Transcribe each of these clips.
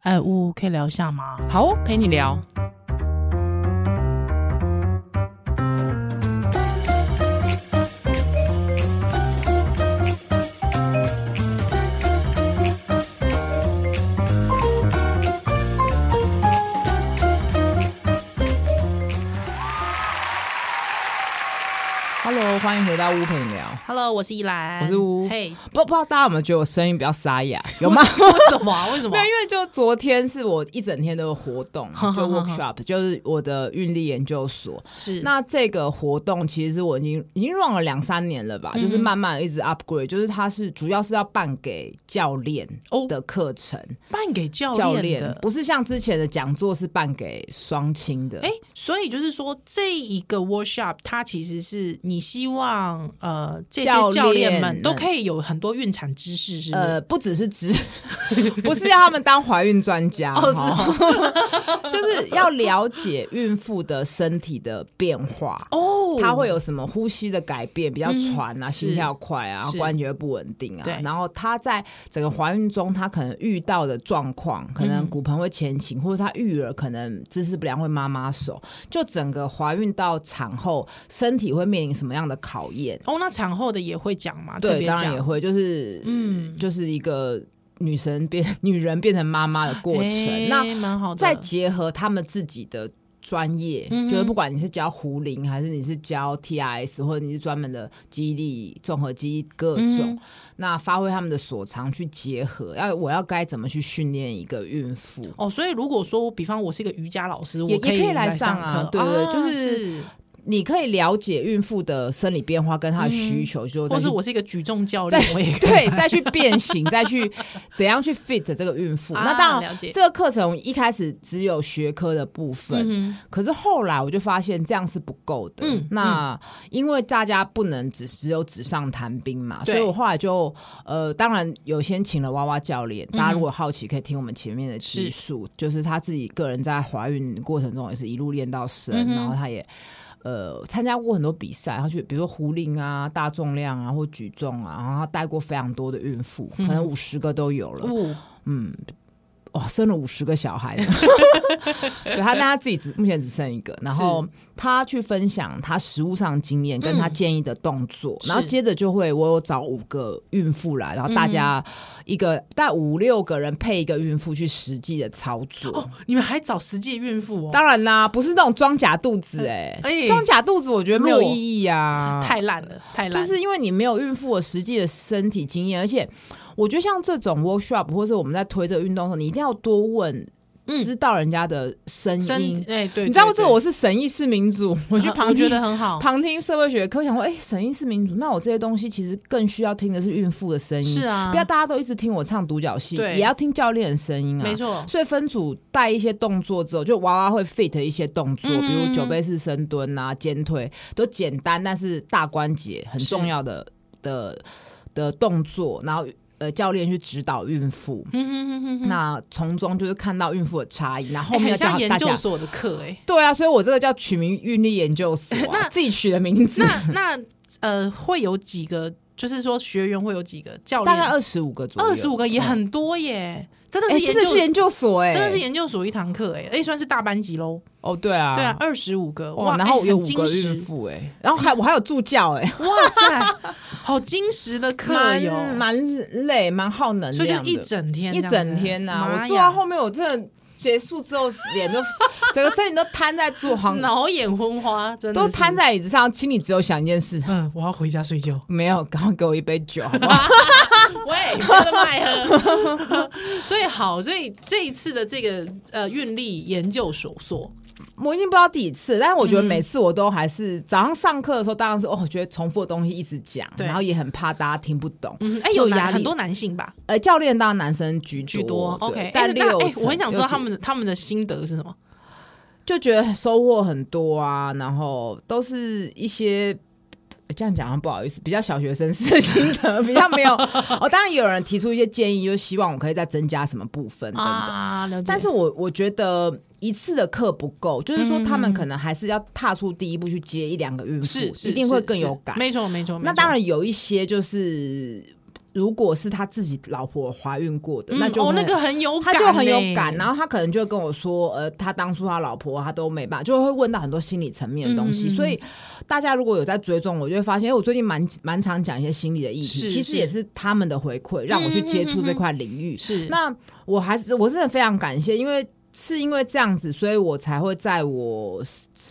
哎，呜，可以聊一下吗？好哦，陪你聊。Hello，欢迎回到屋陪你聊。 Hello，我是依兰，我是乌嘿，不不知道大家有没有觉得我声音比较沙哑？有吗？ 为什么啊？为什么没有，？因为就昨天是我一整天的活 动，就 workshop，就是我的运力研究所。是那这个活动其实我已经已经 run 了两三年了吧，嗯就是慢慢一直 upgrade，就是它是主要是要办给教练哦的课程，办给教教练练的。不是像之前的讲座是办给双亲的。哎，所以就是说，这一个 workshop 它其实是你希望呃这些教练教练们们都可以有很多孕产知识，是不是？呃，不只是只， 不是要他们当怀孕专家哦是哈 就是要了解孕妇的身体的变化。哦它会有什么呼吸的改变，比较喘啊，心跳快啊嗯是，关节不稳定啊对。然后她在整个怀孕中，她可能遇到的状况，可嗯能骨盆会前倾，或者她育儿可能姿势不良会妈妈手，就整个怀孕到产后，身体会面临什么样的考验？哦，那产后的也会讲吗？特对，别当然也讲。会，就是嗯，就是一个女神变 女人变成妈妈的过程。哎那蛮好的。再结合他们自己的专业，嗯哼就是不管你是教胡林，还是你是教 TIS，或者你是专门的肌力、综合肌力各种，嗯那发挥他们的所长去结合。要我要该怎么去训练一个孕妇？哦，所以如果说，比方我是一个瑜伽老师，也我以也可以来来上啊课对对对啊就是是你可以了解孕妇的生理变化跟她的需求，就嗯再或去是我是一个举重教练，我也可以对，再去变形，再去怎样去 fit 这个孕妇。啊那当了然解，这个课程一开始只有学科的部分，嗯哼可是后来我就发现这样是不够的。嗯那因为大家不能只只有纸上谈兵嘛，对所以我后来就呃，当然有先请了娃娃教练，大嗯家如果好奇可以听我们前面的技术，就是他自己个人在怀孕过程中也是一路练到生，嗯哼然后他也。呃，参加过很多比赛，他去比如说壶铃啊、大重量啊或举重啊，然后他带过非常多的孕妇，嗯可能五十个都有了。 哦哇，生了五十个 小孩呢，对他，但他自己只目前只剩一个。然后他去分享他实物上的经验，跟他建议的动作，然后是接着就会我有找五个孕妇来，然后大家嗯一个带五六个人配一个孕妇去实际的操作。哦，你们还找实际孕妇哦，当然啦，不是那种装假肚子哎、哎装假肚子我觉得没有弱意义啊，太烂了，太烂就了，是因为你没有孕妇的实际的身体经验，而且我觉得像这种 workshop 或者我们在推这个运动的时候，你一定要多问，知道人家的声音。真哎嗯对，你知道对这我是审议式民主，我对去啊旁我觉听得很好，旁听社会学课，想说，哎、审议式民主，那我这些东西其实更需要听的是孕妇的声音，是啊嗯不要大家都一直听我唱独角戏，对也要听教练的声音啊，没错所以分组带一些动作之后，就娃娃会 fit 一些动作，嗯比如酒杯式深蹲啊、肩推，都简单但是大关节很重要的的的动作，然后呃教练去指导孕妇。嗯哼哼哼哼那从中就是看到孕妇的差异，然后后哎很面要教像研大究家。所的课 哎，对啊，所以我这个叫取名孕力研究 所、啊，自己取的名字，那那呃会有几个，就是说学员会有几个教大概练，二十五个左右，二十五个也很多耶，真的嗯哎、是研真的究是研究所哎、真的是研究所一堂课哎，哎算是大班级喽，哦，对啊，对啊，，二十五个哇，哇，然后哎有很五精个孕实，妇哎、然后还我还有助教哎、哇塞，好精实的课 蛮哟，蛮累，蛮耗能量所的，以就一整天一这样子，整天呐、妈我坐呀到后面，我真的结束之后，脸都整个身体都瘫在坐 旁，脑眼昏花，真的都是瘫。在椅子上，心里只有想一件事。 嗯，我要回家睡觉。没有，赶快给我一杯酒，好不 好？喂，真的卖喝。 所以好，所以这一次的这个呃运力研究所所，我已经不知道第几次，但是我觉得每次我都还是早上上课的时候，当然是哦，我觉得重复的东西一直讲，对然后也很怕大家听不懂。嗯，哎、就有压男力很多男性吧呃，教练当然男生居居多多对，OK，哎但那六哎、成我很想知道六成他们的他们的心得是什么。就觉得收获很多啊，然后都是一些。这样讲好像不好意思，比较小学生式的心得，比较没有。 哦，当然也有人提出一些建议，就希望我可以再增加什么部分等等。啊，了解。但是我我觉得一次的课不够，就是说他们可能还是要踏出第一步去接一两个孕妇嗯是，是一定会是更是有感。没错没错。那没错当，然有一些就是如果是他自己老婆怀孕过的，嗯那就哦会那个很有他感、就很有感，然后后他可能就会跟我说，呃，他当初他老婆他都没办法，就会问到很多心理层面的东西。嗯嗯嗯所以大家如果有在追踪，我就会发现，因为哎我最近蛮蛮常讲一些心理的议是题，其实是嗯也是他们的回馈，让我去接触这块领域。是那我还是我真的非常感谢，因为。是因为这样子，所以我才会在我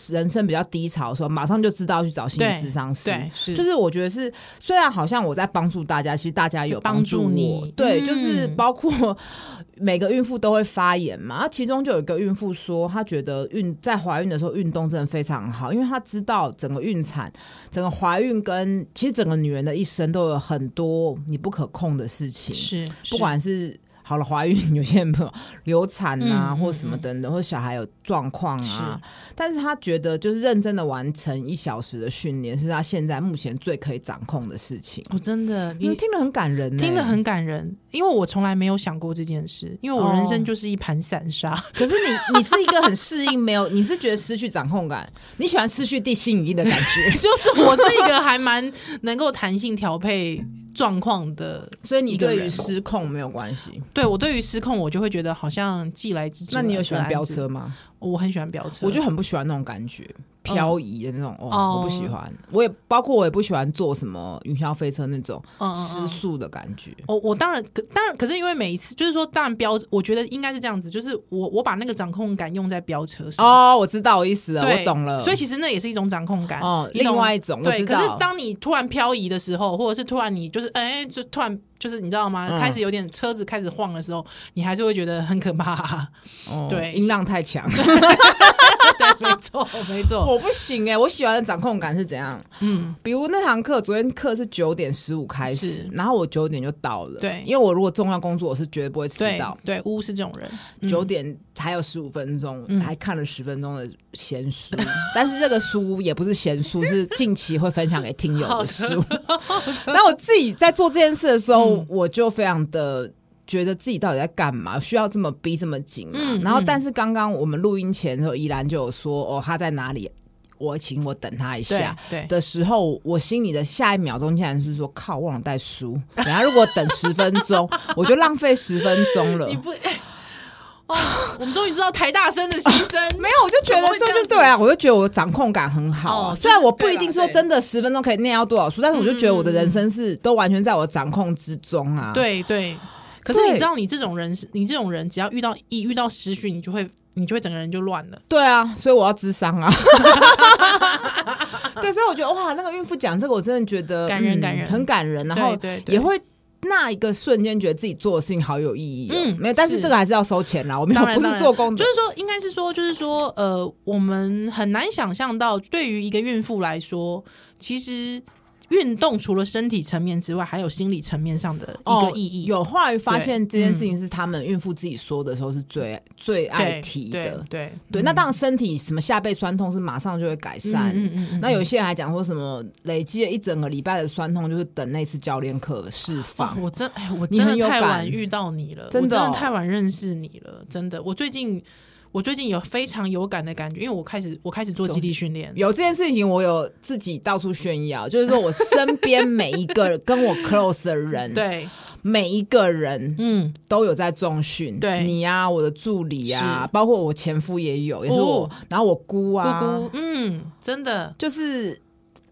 人生比较低潮的时候，马上就知道去找心理对咨商师。对是就是我觉得是，虽然好像我在帮助大家，其实大家有帮助我，帮助你对，嗯就是包括 每个孕妇都会发言嘛，啊其中就有一个孕妇说，她觉得孕在怀孕的时候运动真的非常好，因为她知道整个孕产、整个怀孕跟其实整个女人的一生都有很多你不可控的事情，是不管是。好了，怀孕有些人没有流产啊，嗯或什么等等，或小孩有状况是啊，但是他觉得就是认真的完成一小时的训练，是他现在目前最可以掌控的事情。我哦真的你你听得很感人、欸，听 得。很感人，因为我从来没有想过这件事，因为我人生哦就是一盘散沙。 可是你，你是一个很适应没有， 你是觉得失去掌控感，你喜欢失去地心引力的感觉，就是我是一个还蛮能够弹性调配状况的， 所以你一个人对于失控没有关系。对我对于失控，我就会觉得好像既来之则那你有安喜欢之飙？车吗？我很喜欢飙车，我就很不喜欢那种感觉，漂移的那种，哦嗯哦，我不喜欢。我也包括我也不喜欢坐什么云霄飞车那种嗯嗯嗯失速的感觉。我我当然可当然，可是因为每一次就是说，当然飙，我觉得应该是这样子，就是我我把那个掌控感用在飙车上。哦，我知道我意思了，对，我懂了。所以其实那也是一种掌控感。哦，你懂另吗外一种我对，知可是道。当你突然漂移的时候，或者是突然你就是哎、就突然就是你知道吗？嗯开始有点车子开始晃的时候，你还是会觉得很可怕、 哦对音浪太强，对，没错，没错。 我不行哎、我喜欢的掌控感是怎样？嗯，比如那堂课，昨天课是九点十五开始是，然后我九点就到了。对因为我如果重要工作，我是绝对不会迟对到。对，乌是这种人，嗯九点还有十五分钟，嗯还看了十分钟的闲书， 但是这个书也不是闲书，是近期会分享给听友的 书。 然后我自己在做这件事的时候，嗯我就非常的。觉得自己到底在干嘛？需要这么逼这么紧啊？嗯然后，嗯但是刚刚我们录音前的时候，依兰就有说哦，他在哪里？我请我等他一对下。对的时候，我心里的下一秒钟竟然是说：“靠，忘了带书。”然后如果等十分 钟，我就浪费十分钟了。你不。 哦，我们终于知道台大生的心声， 没有，我就觉怎得么会这这就样是子对啊，我就觉得我掌控感很好啊、哦虽然就是我不对一啦定说对真的十分钟可以念到多少书，但是我就觉得我的人生是都完全在我掌控之中啊。，对对。可是对你知道，你这种人是，你这种人，只要遇到一遇到失序，你就会你就会整个人就乱了。对啊，所以我要智商 啊。对，所以我觉得哇，那个孕妇讲这个，我真的觉得感人嗯感人很感人，然后对对对也会。那一个瞬间觉得自己做的事情好有意义、哦，嗯没有，但是是这个还是要收钱啦，我没有当然不是当然做工的，就是说，应该是说，就是说，呃，我们很难想象到，对于一个孕妇来说，其实运动除了身体层面之外，还有心理层面上的一个意义。哦有后来发对嗯现这件事情是他们孕妇自己说的时候是最、最爱对提对的，对对，那当然身体什么下背酸痛是马上就会改善。嗯嗯嗯那有些人还讲说什么累积了一整个礼拜的酸痛，就是等那次教练课释哇放。，我真哎，我你真很有的太感晚遇到你了，真的我哦真的太晚认识你了，真的。我最近我最近有非常有感的感觉，因为我开始我开始做基地训练，有这件事情，我有自己到处炫耀，就是说我身边每一个跟我 close 的人，，对，每一个人嗯，都有在重训，对你呀、我的助理呀、是包括我前夫也有，也是我，哦然后我姑姑啊，姑，嗯，真的，就是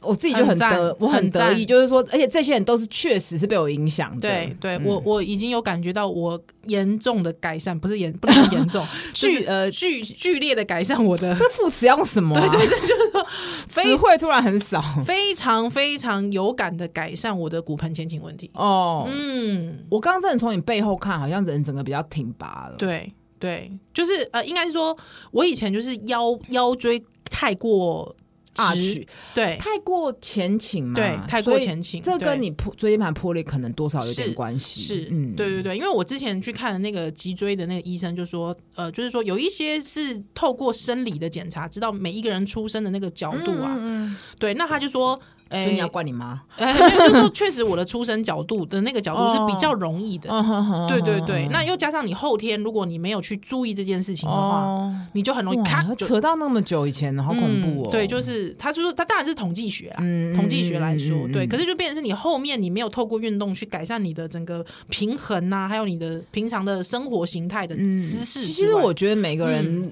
我自己就很很赞得，我很很得赞意，就是说，而且这些人都是确实是被我影响的，对对，嗯我我已经有感觉到我严重的改善，不是严不能说 严重，剧剧呃剧剧烈的改善我的，这副词要用什么、啊？对对对， 就是说词汇突然很少非常非常有感的改善我的骨盆前倾问题。哦。嗯，我刚刚真的从你背后看，好像人整个比较挺拔了。对对，就是呃，应该是说，我以前就是腰腰椎太过啊，直，对太过前倾嘛，对，太过所以前倾，这对跟你破椎间盘破裂可能多少有点是关系。嗯是，对对对，因为我之前去看那个脊椎的那个医生就说，呃，就是说有一些是透过生理的检查，知道每一个人出生的那个角度啊，嗯对，那他就说所哎以你 要怪你妈。哎，没有就是说确实我的出生角度的那个角度是比较容易哦的。对对嗯对，那又加上你后天，如果你没有去注意这件事情的话，哦，你就很容易哇咔，就扯到那么久以前，好恐怖嗯哦。对，就是他说他当然是统计学啊啦，嗯统计学来说，对，可是是就变成是你后面你没有透过运动去改善你的整个平衡啊呐、还有你的平常的生活形态的姿势之外。嗯嗯其实我觉得每个人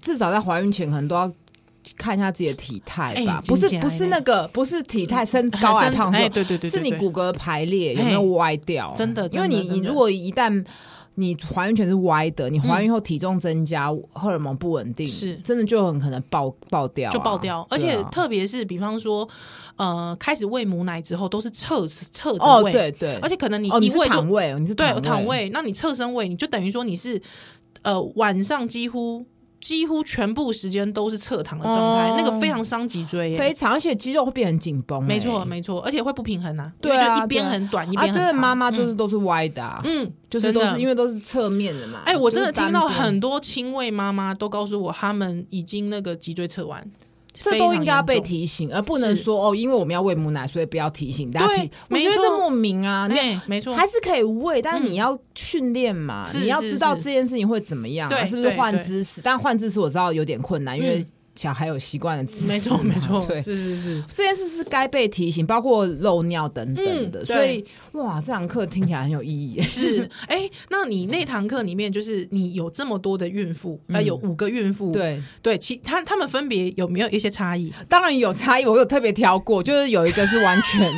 至少在怀孕前，可能都要。看一下自己的体态吧哎，不是真假不是那个，不是体态身嗯很高矮生胖瘦哎，，对对对对是你对骨骼排列有没有嘿歪掉？啊真的因为真的你真你的如果一旦你怀孕前是歪的，你怀孕后体重增加，荷尔蒙不稳定，嗯是真的就很可能爆爆掉啊、就爆掉，而对且啊特别是比方说，呃，开始喂母奶之后都是侧侧着哦，喂，对对，而且可能你哦，你一是喂就、躺位，你是对位躺，位，那你侧身喂，你就等于说你是呃晚上几乎几乎全部时间都是侧躺的状态，哦那个非常伤脊椎耶、非常，而且肌肉会变很紧绷、没哎错，没错，而且会不平衡啊，对啊因为就一边对啊很短，一啊，边真很的长。妈妈就是都是歪的、啊，嗯，就是都真是的因为都是侧面的嘛。哎、我真的就是单听到边很多亲喂妈妈都告诉我，他们已经那个脊椎侧弯，这非都常应该要严被重。提醒，而不能是说哦，因为我们要喂母奶，所以不要提醒大家对提。我没觉得这错莫名啊，你哎、没错，还是可以喂，但是嗯你要训练嘛，是你要知道是是这件事情会怎么样、啊，对是不是对换对姿势？但换姿势我知道有点困难，因为嗯小孩有习惯的姿势嘛，没错，没错，对。是是 是，这件事是该被提醒，包括漏尿等等的，嗯所以哇，这堂课听起来很有意义耶。是，哎、那你那堂课里面，就是你有这么多的孕妇，嗯呃，有五个孕妇， 对，对，其他他们分别有没有一些差异？当然有差异，我有特别挑过，就是有一个是完全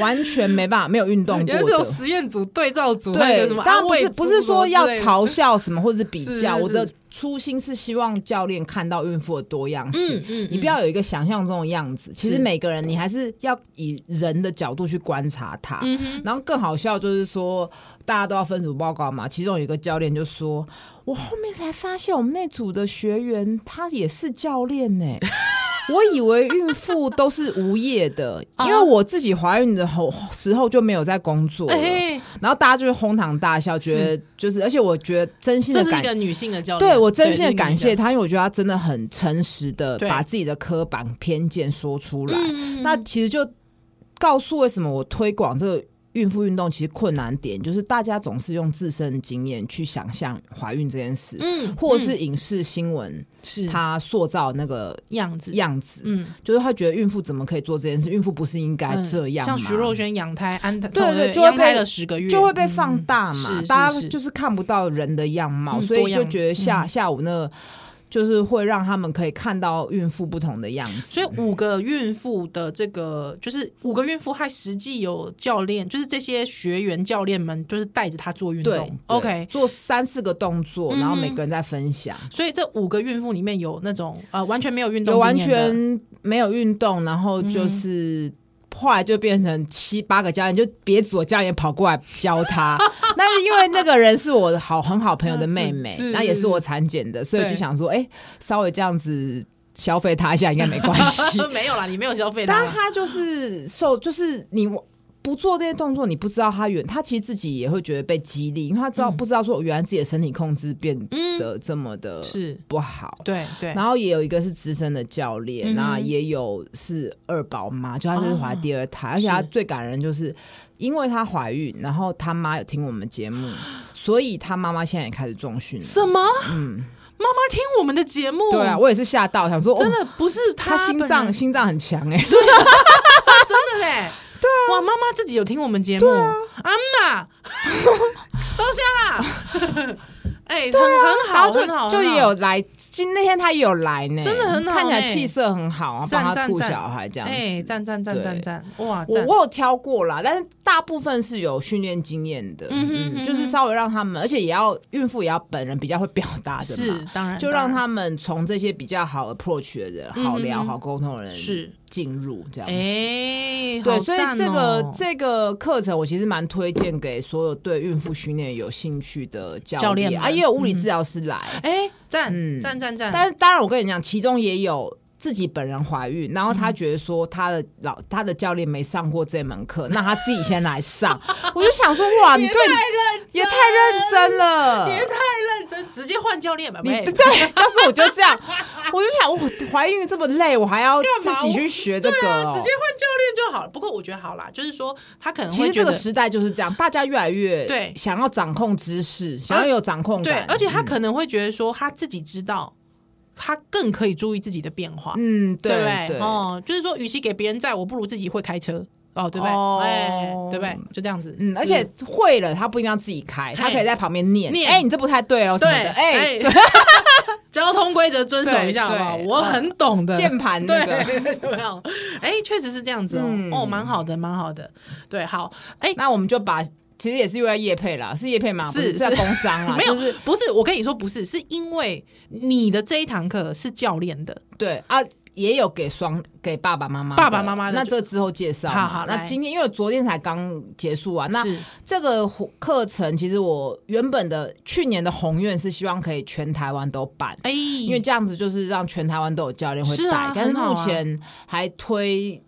完全没办法没有运动过的，验组、对照组对，当然不是不是说要吵，嘲笑什么或者是 比是较，是我是的初心是希望教练看到孕妇的多样性。嗯嗯，你不要有一个想象中的样子，其实是每个人你还是要以人的角度去观察他。嗯哼，然后更好笑就是说，大家都要分组报告嘛，其中有一个教练就说：“我后面才发现我们那组的学员他也是教 练呢、我以为孕妇都是无 业的，啊因为我自己怀孕的后时候就没有在工作了。哎、然后大家就是哄堂大笑，觉得就是，而且我觉得真心这是的一感，个女性的教练，对我真心的对感谢。这是一个女性的他，因为我觉得他真的很诚实的对把自己的刻板偏见说出来。嗯那其实就告诉为什么我推广这个。孕妇运动其实困难点就是大家总是用自身的经验去想象怀孕这件事，嗯，或是嗯影视新闻是它塑造那个样子，样子，嗯，就是他觉得孕妇怎么可以做这件事？孕妇不是应该嗯这样像吗？徐若瑄养胎，安胎，对从对就会养胎被了十个月，就会被放大嘛，嗯是大是家是就是看不到人的样貌，嗯所以多就样嗯觉得下、下午那个就是会让他们可以看到孕妇不同的样子。所以五个孕妇的这个，就是五个孕妇，还实际有教练，就是这些学员教练们，就是带着她做运对动。对 OK，做三四个动作，嗯然后每个人在分享。所以这五个孕妇里面有那种呃完全没有运动有完经验的全没有运动，然后就是。后来就变成七八个教练，就别组的教练跑过来教 他。但是因为那个人是我好很好朋友的妹妹是是，那也是我产检的，所以我就对想说，哎、稍微这样子消费他一下应该没关系。呃没有啦，你没有消费她但啦。他就是受，就是你不做这些动作，你不知道他原他其实自己也会觉得被激励，因为他知道、嗯不知道说原来自己的身体控制变得这么的是，不好。对嗯对，然后也有一个是资深的教嗯练，哼那、也有是二宝妈，就她是怀第二胎，而且她哦是最感人就是因为她怀孕，然后她妈有听我们节目，所以她妈妈现在也开始重训了。什么？妈妈听我们的节目，对啊，我也是吓到，想说哦真。哦的不是她心本脏人心脏很强哎、真的嘞，对啊，哇，妈妈自己有听我们节目，啊安娜， 都下啦， 哎，很很啊然好，后就很好，就很好也有来，今那天她也有来呢、真的很好看起来呢气色很好啊，帮赞她赞顾赞小孩这样子。哎，赞赞赞对赞赞，哇，我赞我有挑过啦，但是大部分是有训练经验的，嗯哼嗯嗯，哼就是稍微让他们，而且也要孕妇也要本人比较会表达的是嘛，当然，就当让然他们从这些比较好 approach 的人、嗯好嗯聊、嗯好沟通的人是进入这样。哎，嗯对，好所以赞这个哦这个课程我其实蛮推荐给所有对孕妇训练有兴趣的教教练练啊，们嗯也有物理治疗师来，哎嗯赞赞赞赞，但是当然我跟你讲，其中也有。自己本人怀孕，然后她觉得说她的老她的教练没上过这门 课，那她自己先来上。我就想说，哇，你对你认也太认真了，太认真，直接换教练吧， 你喂对，当时我就这样，我就想，我怀孕这么累，我还要干自嘛己去学 这个、啊哦直接换教练就好了。不过我觉得好啦，就是说他可能其会实觉这得个时代就是这样，大家越来越对想要掌控知识，想要有掌控对感，，嗯而且他可能会觉得说他自己知道，他更可以注意自己的变化，嗯，对不对对？，哦，就是说，与其给别人载，我不如自己会开车，哦，对不对？哦哎，对不对？就这样子，嗯，而是且会了，他不一定要自己开，他可以在旁边念，念哎，你这不太对哦，什对，么的， 哎，，交通规则遵守一下好不好？对对哦我很懂的，键盘那个。对， 怎么样？哎，确实是这样子哦，嗯哦，蛮好的，蛮好的，对，好，哎。那我们就把，其实也是因为叶配啦，是叶配吗？是不是在是工商 啦，没有，就是不是我跟你说，不是，是因为你的这一堂课是教练的，对啊。也有给双给爸爸妈妈的，爸爸妈妈的那就这之后介绍好嘛。好那来今天因为昨天才刚结束啊，那是这个活课程其实我原本的去年的宏愿是希望可以全台湾都办，哎，因为这样子就是让全台湾都有教练会是带，啊但是很好目啊前还推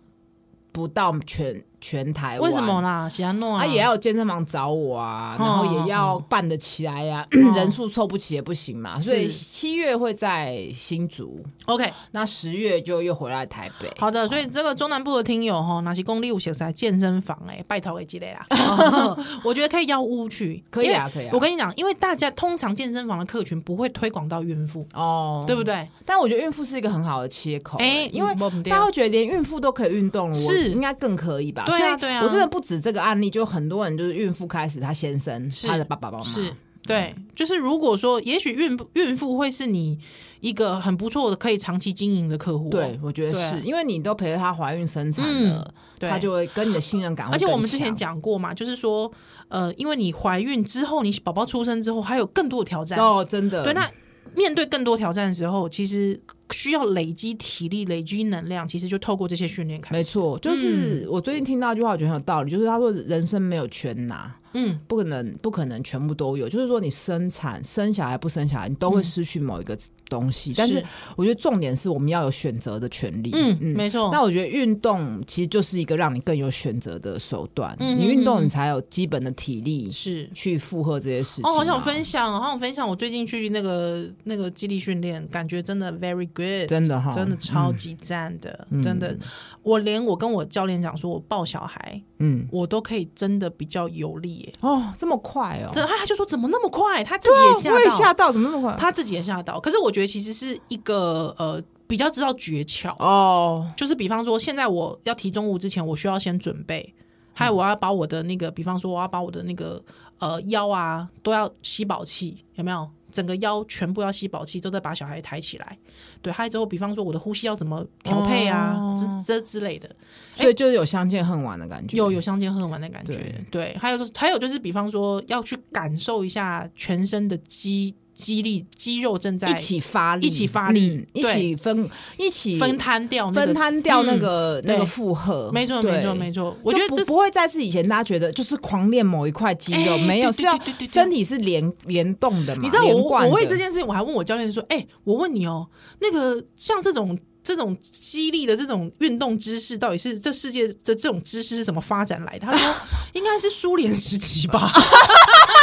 不到全全台湾。为什么？哦啦？喜安诺啊，也要有健身房找我啊，然后也要办得起来呀、 人数凑不齐也不行嘛，所以哦是七月会在新竹， OK。那十月就又回来台北。好的，所以这个中南部的听友哈，哪些公立五行在健身房哎、拜托给积累 啦、哦我觉得可以邀乌去，可以啊因为可以啊我跟你讲，因为大家通常健身房的客群不会推广到孕妇，哦，对不对？但我觉得孕妇是一个很好的切口、欸哎因为嗯没问题大家会觉得连孕妇都可以运动了，我是应该更可以吧？对啊所以对啊我真的不止这个案例，就很多人就是孕妇开始，她先生、是她的爸爸妈妈是。对，就是如果说，也许孕孕妇会是你一个很不错的可以长期经营的客户哦、对，我觉得对是啊因为你都陪着她怀孕生产嗯了，对她就会跟你的信任感会而且更我们之前强讲过嘛，就是说，呃，因为你怀孕之后，你宝宝出生之后，还有更多的挑战。哦，真的对，那面对更多挑战的时候，其实需要累积体力、累积能量，其实就透过这些训练开没始。错，嗯就是我最近听到一句话，我觉得很有道理，就是他说人生没有全拿，嗯，不可能不可能全部都有，就是说你生产生小孩不生小孩，你都会失去某一个东西，但是嗯是我觉得重点是我们要有选择的权利，嗯，没错。那我觉得运动其实就是一个让你更有选择的手段。嗯你运嗯动，嗯你才有基本的体力是去负荷这些事情啊嘛。哦，好想分享哦，好想分享，我最近去那个那个基地训练，感觉真的 very good，真的哈，真的超级赞的，真的。我连我跟我教练讲说，我抱小孩，嗯，我都可以真的比较有力耶。嗯哦，这么快哦，这他他就说怎么那么快，他自己啊我也也吓吓到，到，怎么那么快？他自己也吓到。可是我觉得其实是一个呃比较知道诀窍，哦，就是比方说，现在我要提重物之前，我需要先准备，还有嗯我要把我的那个，比方说我要把我的那个呃腰啊都要吸饱气，有没有？整个腰全部要吸饱气，都在把小孩抬起来。对，还有之后，比方说我的呼吸要怎么调配啊，哦这这之类的，所以就是有相见恨晚的感觉。哎有有相见恨晚的感觉。对对，还有就是还有就是，比方说要去感受一下全身的肌肌力、肌肉正在一起发力，一起发力嗯一对起分，一起分摊掉、那个分摊掉那嗯个那个对负荷。没错，对没错，没错。我就觉得不这是不会再是以前大家觉得就是狂练某一块肌肉，哎没有对是对要对对对对身体是联联动的嘛？你知道我连贯我为的这件事情，我还问我教练说：“哎、我问你哦，那个像这种这种激励的这种运动知识，到底是这世界的这种知识是怎么发展来的？”他 说：“应该是苏联时期吧。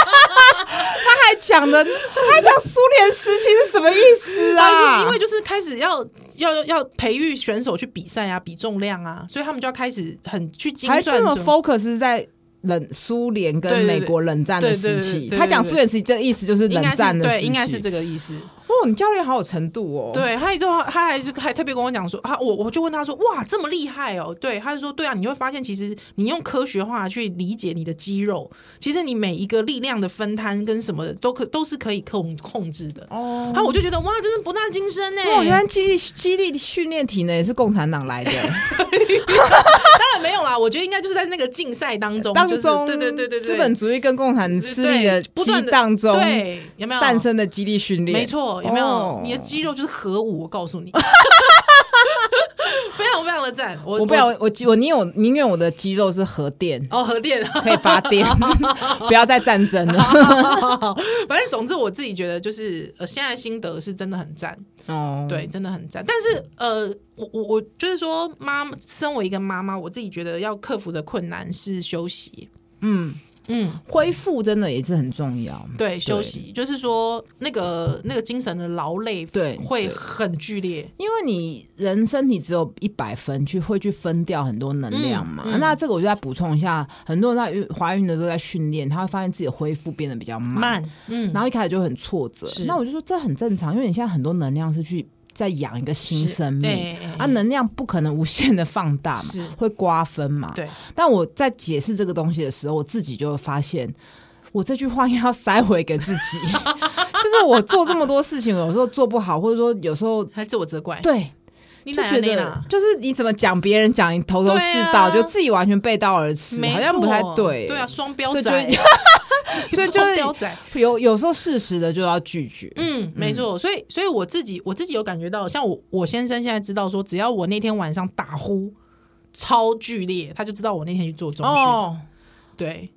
还讲 的，他讲苏联时期是什么意思 他啊？说因为就是开始要要要培育选手去比赛啊，比重量啊，所以他们就要开始很去精还算这么说 focus 在冷苏联跟对对美对国冷战的时对对对期。对对他讲苏联时期，这个意思就是应冷该战是的时对，期。应该是这个意思。哦，你教练好有程度哦。，对，他之后他还就还特别跟我讲说，啊，我我就问他说，哇，这么厉害哦？对，他就说，对啊，你会发现其实你用科学化去理解你的肌肉，其实你每一个力量的分摊跟什么的都可都是可以控控制的。哦然后我就觉得哇，真是博大精深欸呢。哇，原来激励激励训练体呢也是共产党 来的。当啊然没有啦，我觉得应该就是在那个竞赛当中，当就是中，对对对对对，资本主义跟共产势力的对不激断地荡中对有没有诞？生的激励训练。没错，有没有？哦你的肌肉就是核武，我告诉 你，非常非常的赞。我我不要，我我宁愿我宁愿我的肌肉是核电， 哦，核电。可以发 电，不要再战争了。反正总之，我自己觉得就是呃，现在心得是真的很赞，哦，对，真的很赞。但是呃，我我我就是说，妈，身为一个妈妈，我自己觉得要克服的困难是休息。嗯，嗯，恢复真的也是很重要。对，休息就是说那个那个精神的劳累，对会很剧烈。因为你人身体只有一百分，去会去分掉很多能量嘛。嗯嗯那这个我就再补充一下，很多人在孕怀孕的时候在训练，他会发现自己恢复变得比较慢，慢，嗯，然后一开始就很挫折是。那我就说这很正常，因为你现在很多能量是去在养一个新是生命，哎哎啊，能量不可能无限的放大嘛是，会瓜分嘛。对，但我在解释这个东西的时候，我自己就会发现，我这句话应该要塞回给自己。 就是我做这么多事情，有时候做不好，或者说有时候还自我责怪，对，你就哪觉来得啦就是你怎么讲别人讲你头头是道，对啊就自己完全背道而驰，没好像不太错对。对啊，，双标所以就仔， 所以就双标仔，有有时候适时的就要拒绝。嗯，没错，所以所以我自己我自己有感觉到，像我我先生现在知道说，只要我那天晚上打呼超剧烈，他就知道我那天去做中训，哦对，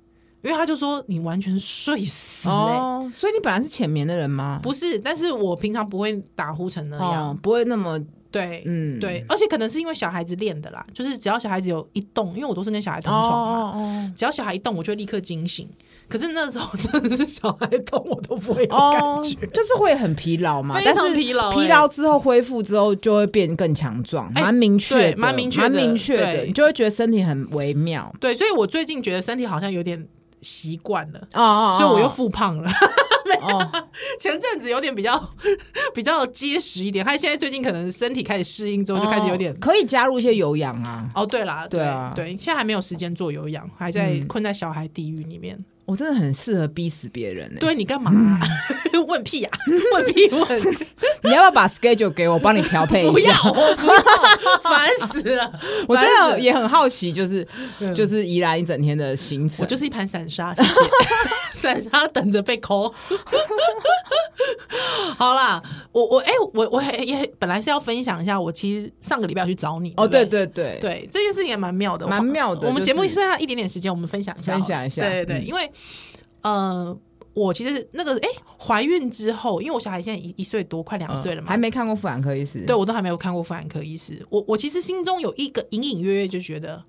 因为他就说你完全睡死、欸，哦，所以你本来是浅眠的人吗？不是，但是我平常不会打呼成那样，哦，不会那么对，嗯，对，而且可能是因为小孩子练的啦，就是只要小孩子有一动，因为我都是跟小孩同哦床嘛，哦哦只要小孩一动，我就会立刻惊醒。可是那时候真的是小孩动，我都不会有感哦觉。，就是会很疲劳嘛，非但常是疲劳欸疲劳之后恢复之后就会变更强壮，哎蛮明确对的，蛮明确的蛮明确的，对你就会觉得身体很微妙。对，所以我最近觉得身体好像有点习惯了。哦哦，所以我又复胖了， 哦，前阵子有点比较比较结实一点，还现在最近可能身体开始适应之后就开始有点可以加入一些有氧啊。哦，对啦，哦对啊嗯对，现在还没有时间做有氧，还在困在小孩地狱里面。我真的很适合逼死别人、欸，对你干嘛啊？嗯问屁呀？问屁 问！你要不要把 schedule 给我，帮你调 配一不要下？，我不要，烦死了！ 我真烦死的也很好奇， 就是就是宜兰一整天的行程，我就是一盘散沙，谢 谢。散沙等着被抠。 好啦，我我哎、我我也本来是要分享一下，我其实上个礼拜有去找你。哦，对对不对对对，对，这件事情也蛮妙的，蛮妙的我们就节目是剩下一点点时间，我们分享一下好了，分享一下对对对，嗯因为呃，我其实那个哎，怀孕之后，因为我小孩现在一一岁多，快两嗯岁了嘛，还没看过妇产科医师，对，我都还没有看过妇产科医师。我我其实心中有一个隐隐约约就觉得，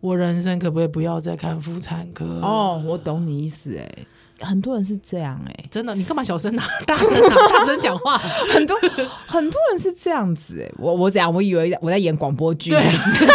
我人生可不可以不要再看妇产科？哦，哦，我懂你意思、欸，哎，很多人是这样、欸， 真的，你干嘛小声啊？大声啊！大声讲话。很多很多人是这样子哎、我我怎样？我以为我在演广播剧，对是不是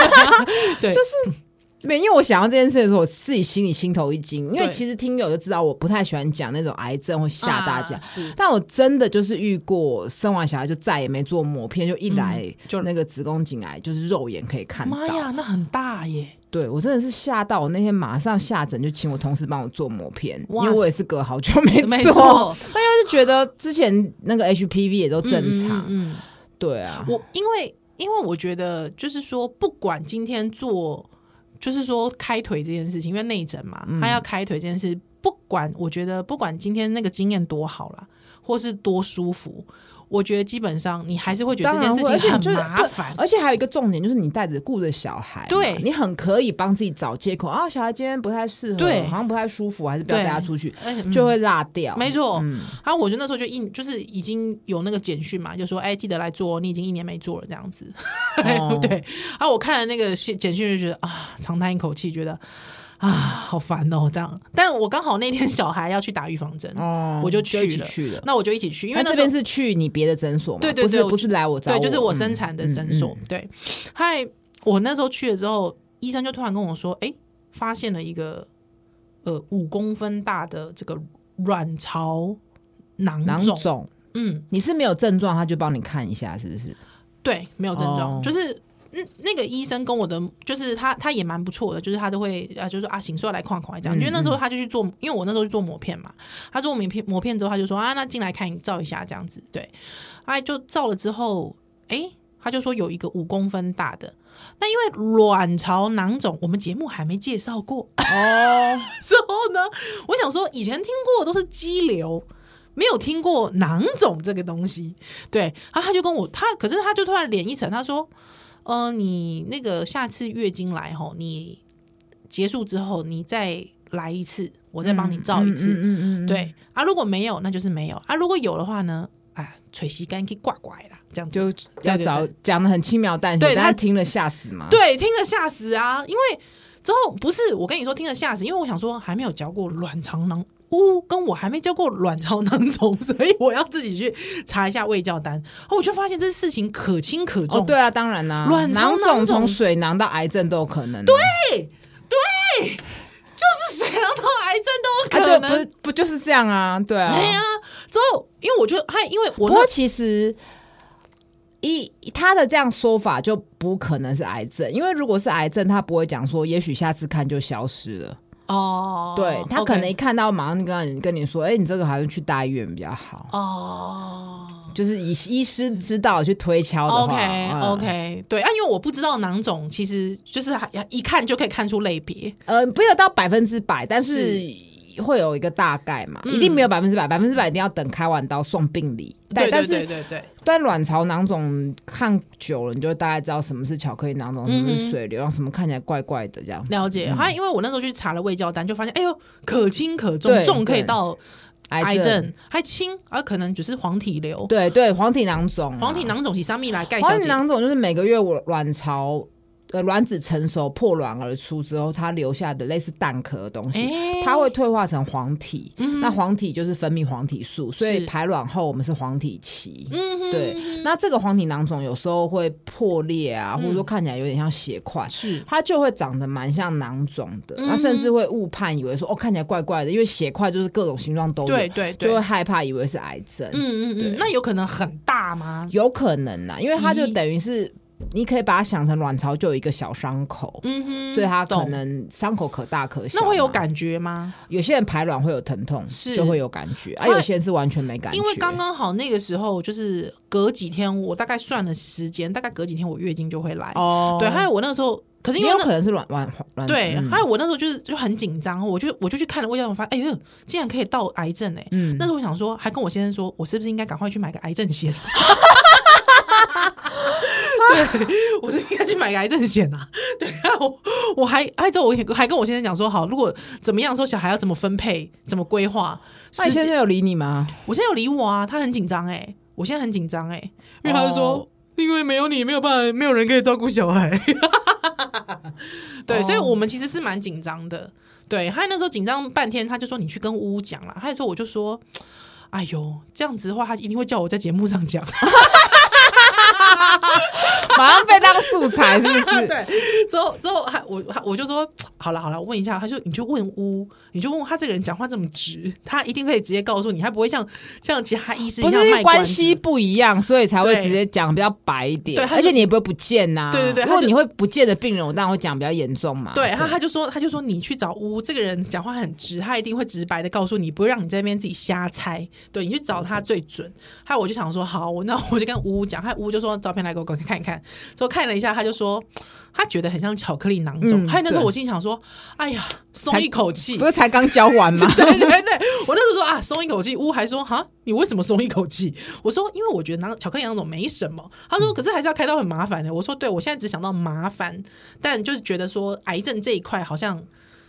对就是没，因为我想到这件事的时候，我自己心里心头一惊，因为对其实听友就知道我不太喜欢讲那种癌症或吓大家。啊是但我真的就是遇过生完小孩就再也没做抹片，就一来、嗯就那个子宫颈癌，就是肉眼可以看到。妈呀，那很大耶！对我真的是吓到，我那天马上下诊就请我同事帮我做抹片，因哇为我也是隔好久没做，嗯没错，但因为就觉得之前那个 HPV 也都正常，嗯，嗯对啊嗯，我因为因为我觉得就是说，不管今天做，就是说开腿这件事情，因为内诊嘛，嗯他要开腿这件事，不管我觉得不管今天那个经验多好啦，或是多舒服，我觉得基本上你还是会觉得这当然件会，事而情且你很就是麻烦。而且还有一个重点就是你带着顾着小孩嘛，对你很可以帮自己找借口啊，小孩今天不太适合，对好像不太舒服，还是不要对带他出去，而且嗯就会落掉。没错，嗯然后我就那时候就一就是已经有那个简讯嘛，就说哎、记得来做哦，你已经一年没做了这样子。哦对，然后我看了那个信简讯就觉得啊，长叹一口气，觉得啊好烦哦这样。但我刚好那天小孩要去打预防针，哦我就就去一起了去了。那我就一起去，因为那那啊这时候边是去你别的诊所嘛？对对不对是我不是来我找对，我，就是我生嗯产的诊所。对，嗨，我那时候去了之后，医生就突然跟我说，哎、发现了一个呃五公分大的这个卵巢囊囊肿，肿，嗯。你是没有症状，他就帮你看一下，是不是？对，没有症状，哦就是。嗯，那个医生跟我的就是他，他也蛮不错的，就是他都会啊，就是说啊，行，说来逛逛这样。嗯因为那时候他就去做，因为我那时候去做膜片嘛，他做膜片膜片之后，他就说啊，那进来看照一下这样子，对，哎，就照了之后，哎、他就说有一个五公分大的，那因为卵巢囊肿，我们节目还没介绍过，哦，之后呢， 我想说以前听过都是肌瘤，没有听过囊肿这个东西。对，然后他就跟我他，可是他就突然脸一沉，他说：“呃，你那个下次月经来吼，你结束之后你再来一次，我再帮你照一次。嗯嗯嗯，嗯，对啊，如果没有那就是没有啊，如果有的话呢，啊，垂膝杆可以挂挂的啦，这样子。就对要对找讲的很轻描淡写，对但他是听了吓死嘛？，对，听着吓死啊！因为之后不是我跟你说听着吓死，因为我想说还没有教过卵巢囊呜，跟我还没教过卵巢囊肿，所以我要自己去查一下胃教单。哦，我就发现这事情可轻可重，哦，对啊，当然啦、卵巢囊囊肿肿从水囊到癌症都有可能、啊对，就是水囊到癌症都他哦有可就能。哎不是不就是这样啊？对啊，对呀、之后因为我就还因为我不那过其实。一他的这样说法就不可能是癌症，因为如果是癌症，他不会讲说也许下次看就消失了。哦，对他 OK 可能一看到马上跟你跟你说，哎、你这个还是去大医院比较好。哦。就是以医师之道去推敲的话 OK 嗯 OK，对啊，因为我不知道囊肿，其实就是还一看就可以看出类别。呃，不有到百分之百，但是会有一个大概嘛，嗯一定没有百分之百，百分之百一定要等开完刀送病理。对但对是对对对，但卵巢囊肿看久了，你就大概知道什么是巧克力囊肿，什么嗯哼是水流，然后什么看起来怪怪的这样。了解。还、因为我那时候去查了胃教单，就发现哎呦，可轻可重，对重可以对到癌癌症，症，还轻啊，可能只是黄体瘤、对对，黄体囊肿啊，黄体囊肿，其三蜜来盖小黄体姐。囊肿就是每个月我卵巢呃卵子成熟破卵而出之后，它留下的类似蛋壳的东西，哎它会退化成黄体。那黄体就是分泌黄体素，所以嗯是排卵后我们是黄体期。嗯哼对，那这个黄体囊肿有时候会破裂啊，或者嗯说看起来有点像血块。是它就会长得蛮像囊肿的，嗯那甚至会误判以为说哦看起来怪怪的，因为血块就是各种形状都有，对对就会对，害怕以为是癌症。嗯嗯对嗯，那有可能很大吗？有可能啊呐、因为它就咦等于是，你可以把它想成卵巢就有一个小伤口，嗯哼，所以它可懂能伤口可大可小。那会有，感觉吗？有些人排卵会有疼痛，是就会有感觉，而、因为有些人是完全没感觉。因为刚刚好那个时候，就是隔几天，我大概算了时间，大概隔几天我月经就会来。哦，对，还有我那个时候，可是因也为有那可能是卵卵卵对，嗯还有我那时候就是就很紧张，我就我就去看了胃药，我发现哎呦，竟然可以到癌症哎、嗯那时候我想说，还跟我先生说，我是不是应该赶快去买个癌症险？啊 对，我是不是应该去买个癌症险啊。 对啊，我我还还之后我也还跟我先生讲说，好，如果怎么样说小孩要怎么分配，怎么规划，那你时现间在有理你吗？我现在有理我啊，他很紧张哎，我现在很紧张哎，因为他就说，哦因为没有你，没有办法，没有人可以照顾小孩。对，哦所以我们其实是蛮紧张的。对，他那时候紧张半天，他就说你去跟呜呜讲啦。他那时候我就说，哎呦，这样子的话，他一定会叫我在节目上讲。 马上被当素材是 不是？对，之后之后还我还我就说好了好了，我问一下，他说你就问乌，你就问他这个人讲话这么直，他一定可以直接告诉你，他不会像像其他医生不一是样因卖为关关子系不一样，所以才会对直接讲比较白一点，对他就而且你也不会不见呐、对对对他如果就你会不见的病人，我当然会讲比较严重嘛。对，他他就说他就说你去找乌这个人讲话很直，他一定会直白的告诉你，不会让你在那边自己瞎猜。对你去找他最准。还有我就想说好，我那我就跟乌讲，他乌就说照片来给我看一看，之后看了一下，他就说他觉得很像巧克力囊肿。嗯还有那时候对我心想说，哎呀，松一口气不。是才刚教完 吗？对对对，我那时候说啊，松一口气。乌还说哈，你为什么松一口气？我说因为我觉得囊巧克力囊肿没什么。他嗯说可是还是要开刀很麻烦的。我说对，我现在只想到麻烦，但就是觉得说癌症这一块好像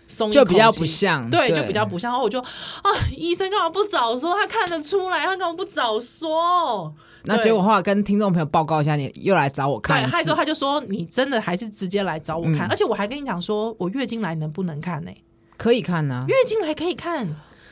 松一口就气比较不。像，对，就比较不像。然后我就啊，医生干嘛不早说？他看得出来，他干嘛不早说？那对结果后来跟听众朋友报告一下，你又来找我对，看一次，嗯害之后他就说：“你真的还是直接来找我看。而且我还跟你讲说，我月经来能不能看呢、可以看啊呐、月经来可以看，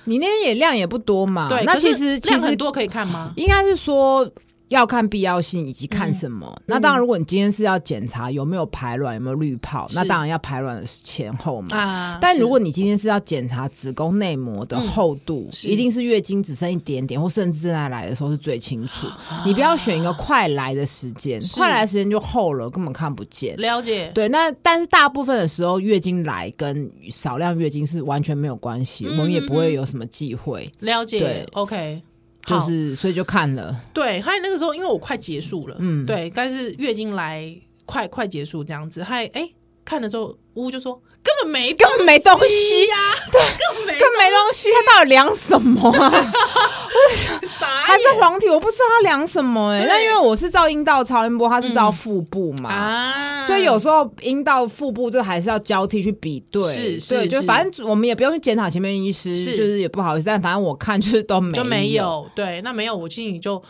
你那天也量也不多嘛，对。啊那可是其实其量实很多可以看吗？应该是说。要看必要性以及看什么。那当然，如果你今天是要检查有没有排卵、有没有滤泡，是那当然要排卵的前后嘛。啊但是如果你今天是要检查子宫内膜的厚度，嗯是一定是月经只剩一点点，或甚至正在来的时候是最清楚。你不要选一个快来的时间，啊是快来的时间就厚了，根本看不见。了解，对，那但是大部分的时候，月经来跟少量月经是完全没有关系，嗯我们也不会有什么忌讳，了解对，OK，就嗯好是所以就看了。对。还有那个时候，因为我快结束了，嗯，对，但是月经来快快结束这样子，还哎看的时候，呜就说根本没根根本没东西 呀、根本没更没东西，他到底量什么 哎啊？啥还是黄体？我不知道他量什么哎、对那因为我是照阴道超音波，他是照腹部嘛，啊所以有时候阴道腹部就还是要交替去比对。是是对，就是反正我们也不用去检讨前面医师，是就是也不好意思，但反正我看就是都没就没有对，那没有我心里就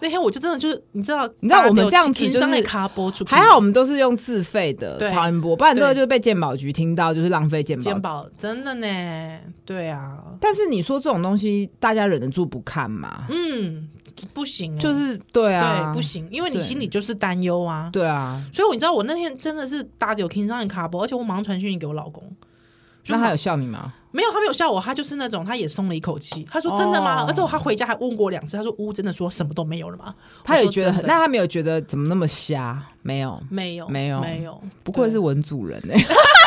那天我就真的就是，你知道，你知道我们这样子听就是上那卡播出去，还好我们都是用自费的对超音波，不然这个对就被鉴宝局听到，就是浪费鉴宝肩。膀真的呢，对啊，但是你说这种东西，大家忍得住不看吗？嗯，不行欸、就是对啊，对不行，因为你对心里就是担忧啊。对啊。所以我你知道我那天真的是打有 King 上的卡波，而且我马上传讯息给我老公。就那他马有笑你吗？没有，他没有笑我，他就是那种，他也松了一口气。他说真的吗？哦而且我他回家还问过两次，他说呜，真的说什么都没有了吗？他我也说觉得真很，的那他没有觉得怎么那么瞎？ 没有，没有，没有没有。不愧对是文主人哎、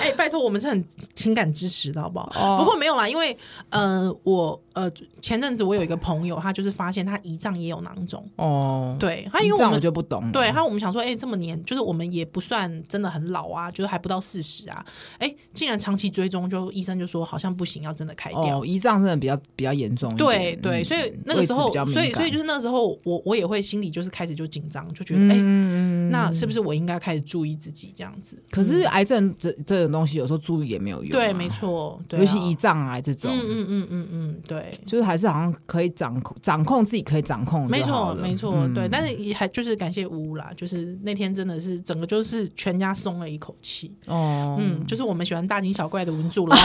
哎、拜托，我们是很情感支持的，好不好？哦不过没有啦，因为呃，我呃前阵子我有一个朋友，他就是发现他胰脏也有囊肿，哦，对他你因为我这样我们。就不懂了。对，还有我们想说，哎、这么年，就是我们也不算真的很老啊，就是还不到四十啊，哎、竟然长期追踪，就医生就说好像不行，要真的开掉。哦，胰脏真的比较比较严重一点。对对，嗯所以那个时位置候比较，敏所以感所以就是那个时候，我我也会心里就是开始就紧张，就觉得哎、嗯那是不是我应该开始注意自己这样子？可是癌症这这种东西有时候注意也没有用、嗯对，没，错，对啊、尤其胰脏癌这种。嗯嗯嗯嗯嗯，对，就是还是好像可以掌控掌控自己可以掌控没就好错了，嗯没错，对，但是也还就是感谢呜啦，就是那天真的是整个就是全家松了一口气，哦，嗯，就是我们喜欢大惊小怪的文主 啦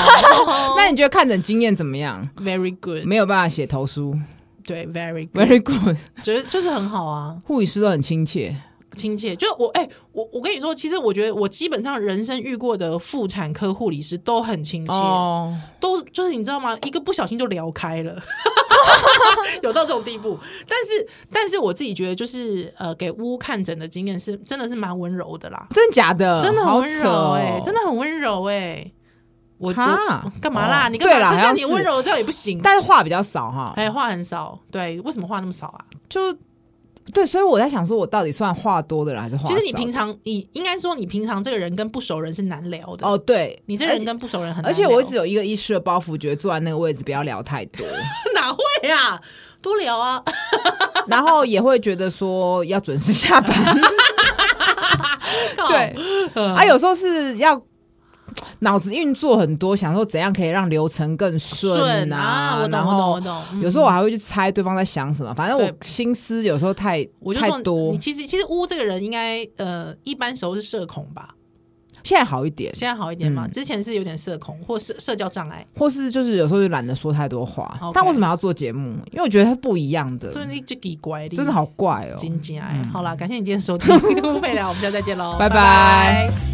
那你觉得看诊经验怎么样？ ，very good，没有办法写投书 对，very good， ，very good， 觉得就是很好啊，护理师都很亲切。亲切。就是我，哎、我我跟你说，其实我觉得我基本上人生遇过的妇产科护理师都很亲切，哦，都是就是你知道吗？一个不小心就聊开了， 有到这种地步。但是，但是我自己觉得，就是呃，给屋看诊的经验是真的是蛮温柔的啦，真假的？真的很好温扯柔哦哎、真的很温柔哎、我哈我干嘛啦？哦你干嘛？对啦这好跟像你是温柔这样也不行。但是话比较少哈，哎，话很少，对，为什么话那么少啊？就对，所以我在想说，我到底算话多的人还是话少其的？实你平常，你应该说你平常这个人跟不熟人是难聊的，哦，对你这人跟不熟人很难而且聊， 而且我一直有一个医师的包袱，觉得坐在那个位置不要聊太多， 哪会啊？多聊啊，然后也会觉得说要准时 下班。 对，啊，有时候是要。脑子运作很多，想说怎样可以让流程更顺啊啊，我懂，然我懂，后我懂。嗯有时候我还会去猜对方在想什么，反正我对心思有时候太我就太说多你。其实其实乌这个人应该呃一般时候是社恐吧，现在好一点，现在好一点嘛，嗯之前是有点社恐或社社交障碍，或是就是有时候就懒得说太多话。哦 OK 但为什么要做节目？因为我觉得它不一样的，所以你啊就给乖的，呃真的好怪哦、 真假哎。好啦，感谢你今天收听，不费聊，我们下次再见喽，拜拜拜